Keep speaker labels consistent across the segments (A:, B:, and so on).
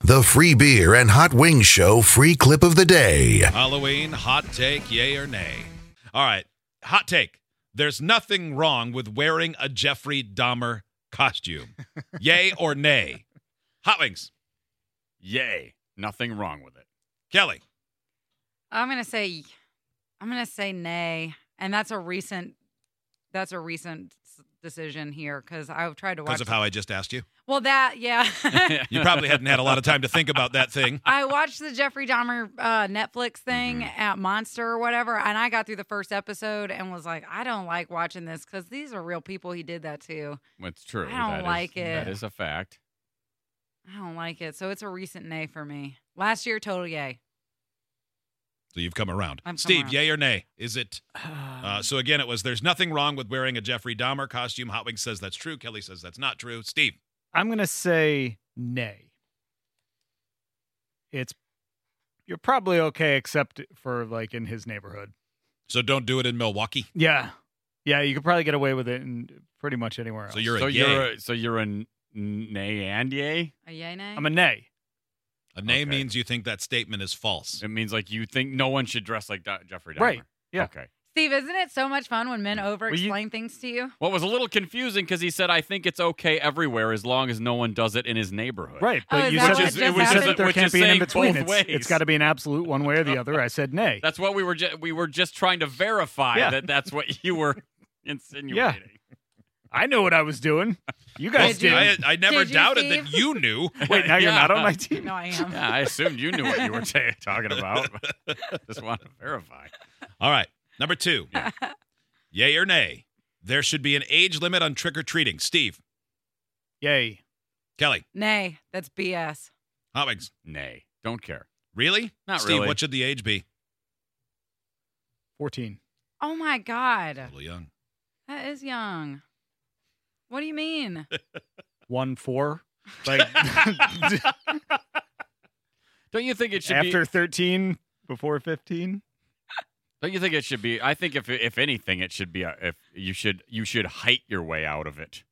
A: The free beer and hot wings show free clip of the day.
B: Halloween hot take, yay or nay? All right, hot take. There's nothing wrong with wearing a Jeffrey Dahmer costume. yay or nay? Hot wings.
C: Yay. Nothing wrong with it.
B: Kelly.
D: I'm gonna say, I'm gonna say nay, and that's a recent, that's a recent s- decision here because I've tried to watch.
B: Because of how I just asked you.
D: well, that yeah,
B: You probably hadn't had a lot of time to think about that thing.
D: I watched the Jeffrey Dahmer uh, Netflix thing
B: Mm-hmm.
D: at Monster or whatever, and I got through the first episode and was like, I don't like watching this because these are real people he did that to.
C: It's true.
D: I don't
C: That is-
D: like
C: That
D: it.
C: is a fact.
D: I don't like it, so it's a recent nay for me. Last year, total yay.
B: So you've come around.
D: I've come
B: Steve,
D: around. Um.
B: yay or nay? Is it? Uh, so again, it was there's nothing wrong with wearing a Jeffrey Dahmer costume. Hot wings says that's true. Kelly says that's not true. Steve.
E: I'm going to say nay. It's you're probably okay except for like in his neighborhood.
B: So don't do it in Milwaukee.
E: Yeah. Yeah, you could probably get away with it in pretty much anywhere else.
B: So you're a
C: so
B: yay.
C: you're a, so you're a n- nay and yay.
D: A yay nay?
E: I'm a nay.
B: A nay
C: Okay.
B: means you think that statement is false.
C: It means like you think no one should dress like Do- Jeffrey Dahmer.
E: Right. Yeah.
C: Okay.
D: Steve, isn't it so much fun when men over
C: Well, you-
D: explain things to you?
C: What was a little confusing because he said I think it's okay everywhere as long as no one does it in his neighborhood.
E: Right,
D: Oh,
E: but
D: is
E: you
D: that
E: said,
D: what
E: that-
D: just
E: you said
D: happened?
E: that there
C: Which
E: can't
C: is
E: be an
C: saying
E: in between.
C: both
E: It's,
C: ways.
E: it's got to be an absolute one way or the other. I said nay.
C: That's what we were ju- we were just trying to verify
E: Yeah.
C: that that's what you were insinuating.
E: I knew what I was doing. You
B: Well,
E: guys
D: Did you-
E: did.
B: I, I never
D: Did you,
B: doubted that
D: Steve?
B: you knew.
E: Wait, now you're not
C: Yeah.
E: on my team.
D: No, I am.
C: Yeah, I assumed you knew what you were ta talking about. but Just want to verify.
B: All right. Number two. Yay or nay? There should be an age limit on trick or treating. Steve,
E: Yay.
B: Kelly,
D: Nay, that's BS.
B: Hotwings.
C: Nay, don't care.
B: Really?
C: Not
B: Steve,
C: really.
B: what should the age be?
E: 14.
D: Oh my
B: A
D: God.
B: little young.
D: That is young. What do you mean?
E: 1 4. Like
C: Don't you think it should be
E: after 13, before 15?
C: Don't you think it should be? I think if if anything, it should be a, if you should you should height your way out of it.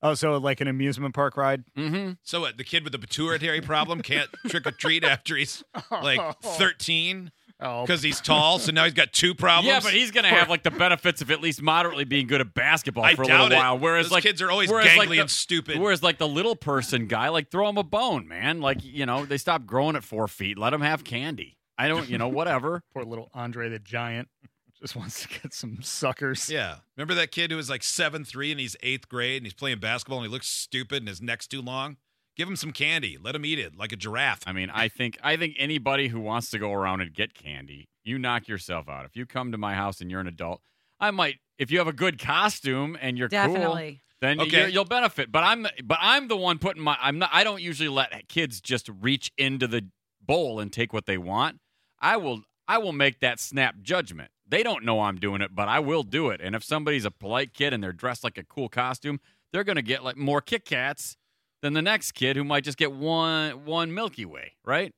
E: Oh, so like an amusement park ride?
C: Mm-hmm.
B: So what? The kid with the pituitary problem can't trick or treat after he's like
C: Oh.
B: 13
E: Oh,
B: because he's tall. So now he's got two problems.
C: Yeah, but he's gonna have like the benefits of at least moderately being good at basketball
B: I
C: for a
B: doubt
C: little
B: it.
C: while. Whereas
B: Those
C: like
B: kids are always
C: whereas,
B: gangly
C: like, the-
B: and stupid.
C: Whereas like the little person guy, like throw him a bone, man. Like you know they stop growing at four feet. Let him have candy. I don't, you know, whatever.
E: poor little Andre the Giant just wants to get some suckers.
B: Yeah. Remember that kid who was like seven three and he's eighth grade and he's playing basketball and he looks stupid and his neck's too long? Give him some candy. Let him eat it like a giraffe.
C: I mean, I think I think anybody who wants to go around and get candy, you knock yourself out. If you come to my house and you're an adult, I might. If you have a good costume and you're cool,
D: Definitely.
C: then
B: Okay.
C: you're, you'll benefit. But I'm but I'm the one putting my I'm not I don't usually let kids just reach into the bowl and take what they want. I will I will make that snap judgment. They don't know I'm doing it, but I will do it. And if somebody's a polite kid and they're dressed like a cool costume, they're going to get like more Kit Kats than the next kid who might just get one one Milky Way, right?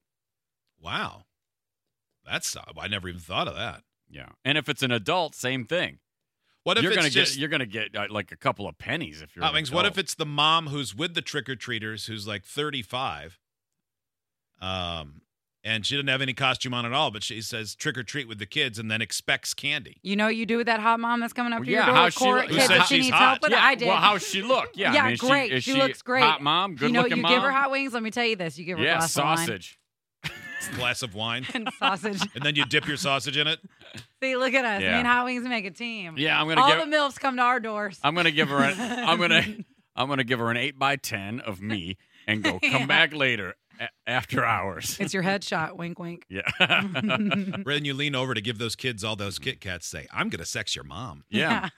B: Wow. That's uh, I never even thought of that.
C: Yeah. And if it's an adult, same thing.
B: What if
C: you're
B: it's
C: gonna
B: just
C: get you're going to get uh, like a couple of pennies if you're
B: Hot
C: an
B: Wings, what
C: adult.
B: if it's the mom who's with the trick or treaters who's like 35 um and she doesn't have any costume on at all but she says trick or treat with the kids and then expects candy.
D: You know what you do with that hot mom that's coming up
C: Well,
D: to
C: yeah,
D: your
C: how
D: door?
C: she
D: Court,
C: look-
B: Who
D: kids,
B: said
D: she
B: she's
D: needs
B: hot?
D: help with it?
C: yeah,
D: I did.
C: well, how she look? Yeah,
D: Yeah,
C: I mean, is
D: great.
C: She, is
D: She looks great.
C: Hot mom, good
D: you know,
C: looking
D: you
C: mom.
D: give her hot wings. Let me tell you this: you give her
C: yeah,
D: a glass
C: sausage.
B: It's a glass of wine
D: of wine and sausage.
B: and then you dip your sausage in it.
D: See, look at us.
C: Yeah.
D: Me and hot wings make a team.
C: Yeah, I'm gonna
D: All
C: give. Uh,
D: the milfs come to our doors.
C: I'm gonna give her. An, I'm gonna. I'm gonna give her an eight by ten of me and go. Come
D: Yeah.
C: back later a- after hours.
D: it's your headshot. Wink, wink.
C: yeah.
B: Then you lean over to give those kids all those Kit Kats say, "I'm going to sex your mom."
C: Yeah.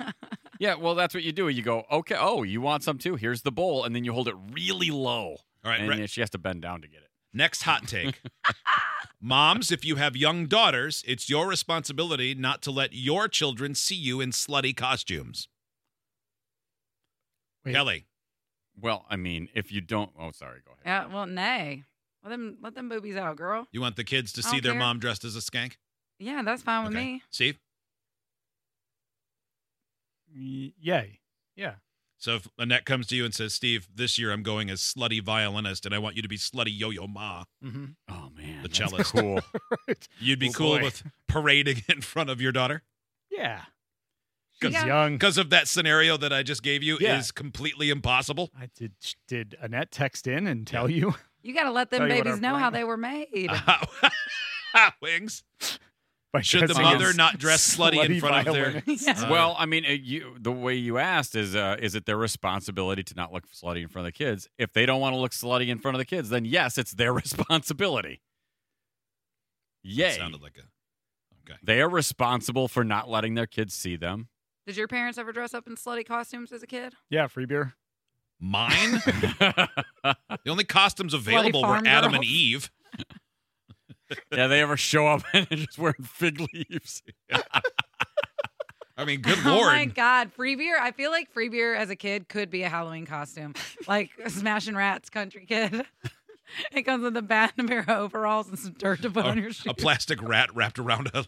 C: Yeah, well, that's what you do. You go, okay, oh, you want some too? Here's the bowl. And then you hold it really low.
B: All right,
C: And
B: Re-
C: then she has to bend down to get it.
B: Next hot take. Moms, if you have young daughters, it's your responsibility not to let your children see you in slutty costumes.
E: Wait.
B: Kelly,
C: Well, I mean, if you don't, oh, sorry, go ahead.
D: Yeah. Well, nay. Let them let them boobies out, girl.
B: you want the kids to
D: I
B: see
D: don't
B: their
D: care.
B: mom dressed as a skank?
D: Yeah, that's fine with
B: Okay.
D: me.
B: Steve?
E: Y- Yay. Yeah.
B: So if Annette comes to you and says, Steve, this year I'm going as slutty violinist and I want you to be slutty yo yo ma,
E: Mhm.
C: Oh man,
B: The
C: that's
B: cellist.
C: Cool.
E: Right.
B: you'd be
E: Oh,
B: cool
E: boy.
B: with parading in front of your daughter?
E: Yeah.
D: She
E: She's
D: got-
E: young.
B: Because of that scenario that I just gave you
E: Yeah.
B: is completely impossible.
E: I did. Did Annette text in and tell you?
D: You got to let them
E: Tell you what
D: babies
E: our
D: know how
E: plan-
D: they were made.
C: Uh-huh.
B: Wings.
E: By
B: Should the
E: dressing
B: mother
E: as
B: not dress slutty in front of their-
E: violinist.
D: Yeah.
B: Uh,
C: well, I mean, uh, you, the way you asked is uh, is it their responsibility to not look slutty in front of the kids? If they don't want to look slutty in front of the kids, then yes, it's their responsibility.
B: That
C: Yay.
B: sounded like a. Okay.
C: they are responsible for not letting their kids see them.
D: Did your parents ever dress up in slutty costumes as a kid?
E: Yeah, free beer.
B: Mine? the only costumes available were
D: farm
B: Adam and
D: girls.
B: Eve.
C: yeah, they ever show up and they're just wearing fig leaves.
B: I mean, good
D: oh
B: lord.
D: my god, free beer! I feel like free beer as a kid could be a Halloween costume, like Smashing Rats country kid. it comes with a bat and a pair of overalls and some dirt to put on your shoes,
B: a plastic rat wrapped around a,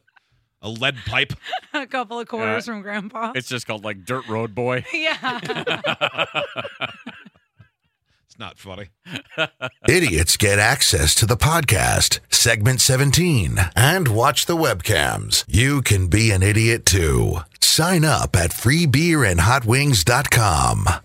B: a lead pipe.
D: a couple of quarters from Grandpa.
C: It's just called like Dirt Road Boy.
D: yeah.
B: It's not funny.
A: Idiots get access to the podcast, segment 17, and watch the webcams. You can be an idiot too. Sign up at freebeerandhotwings.com.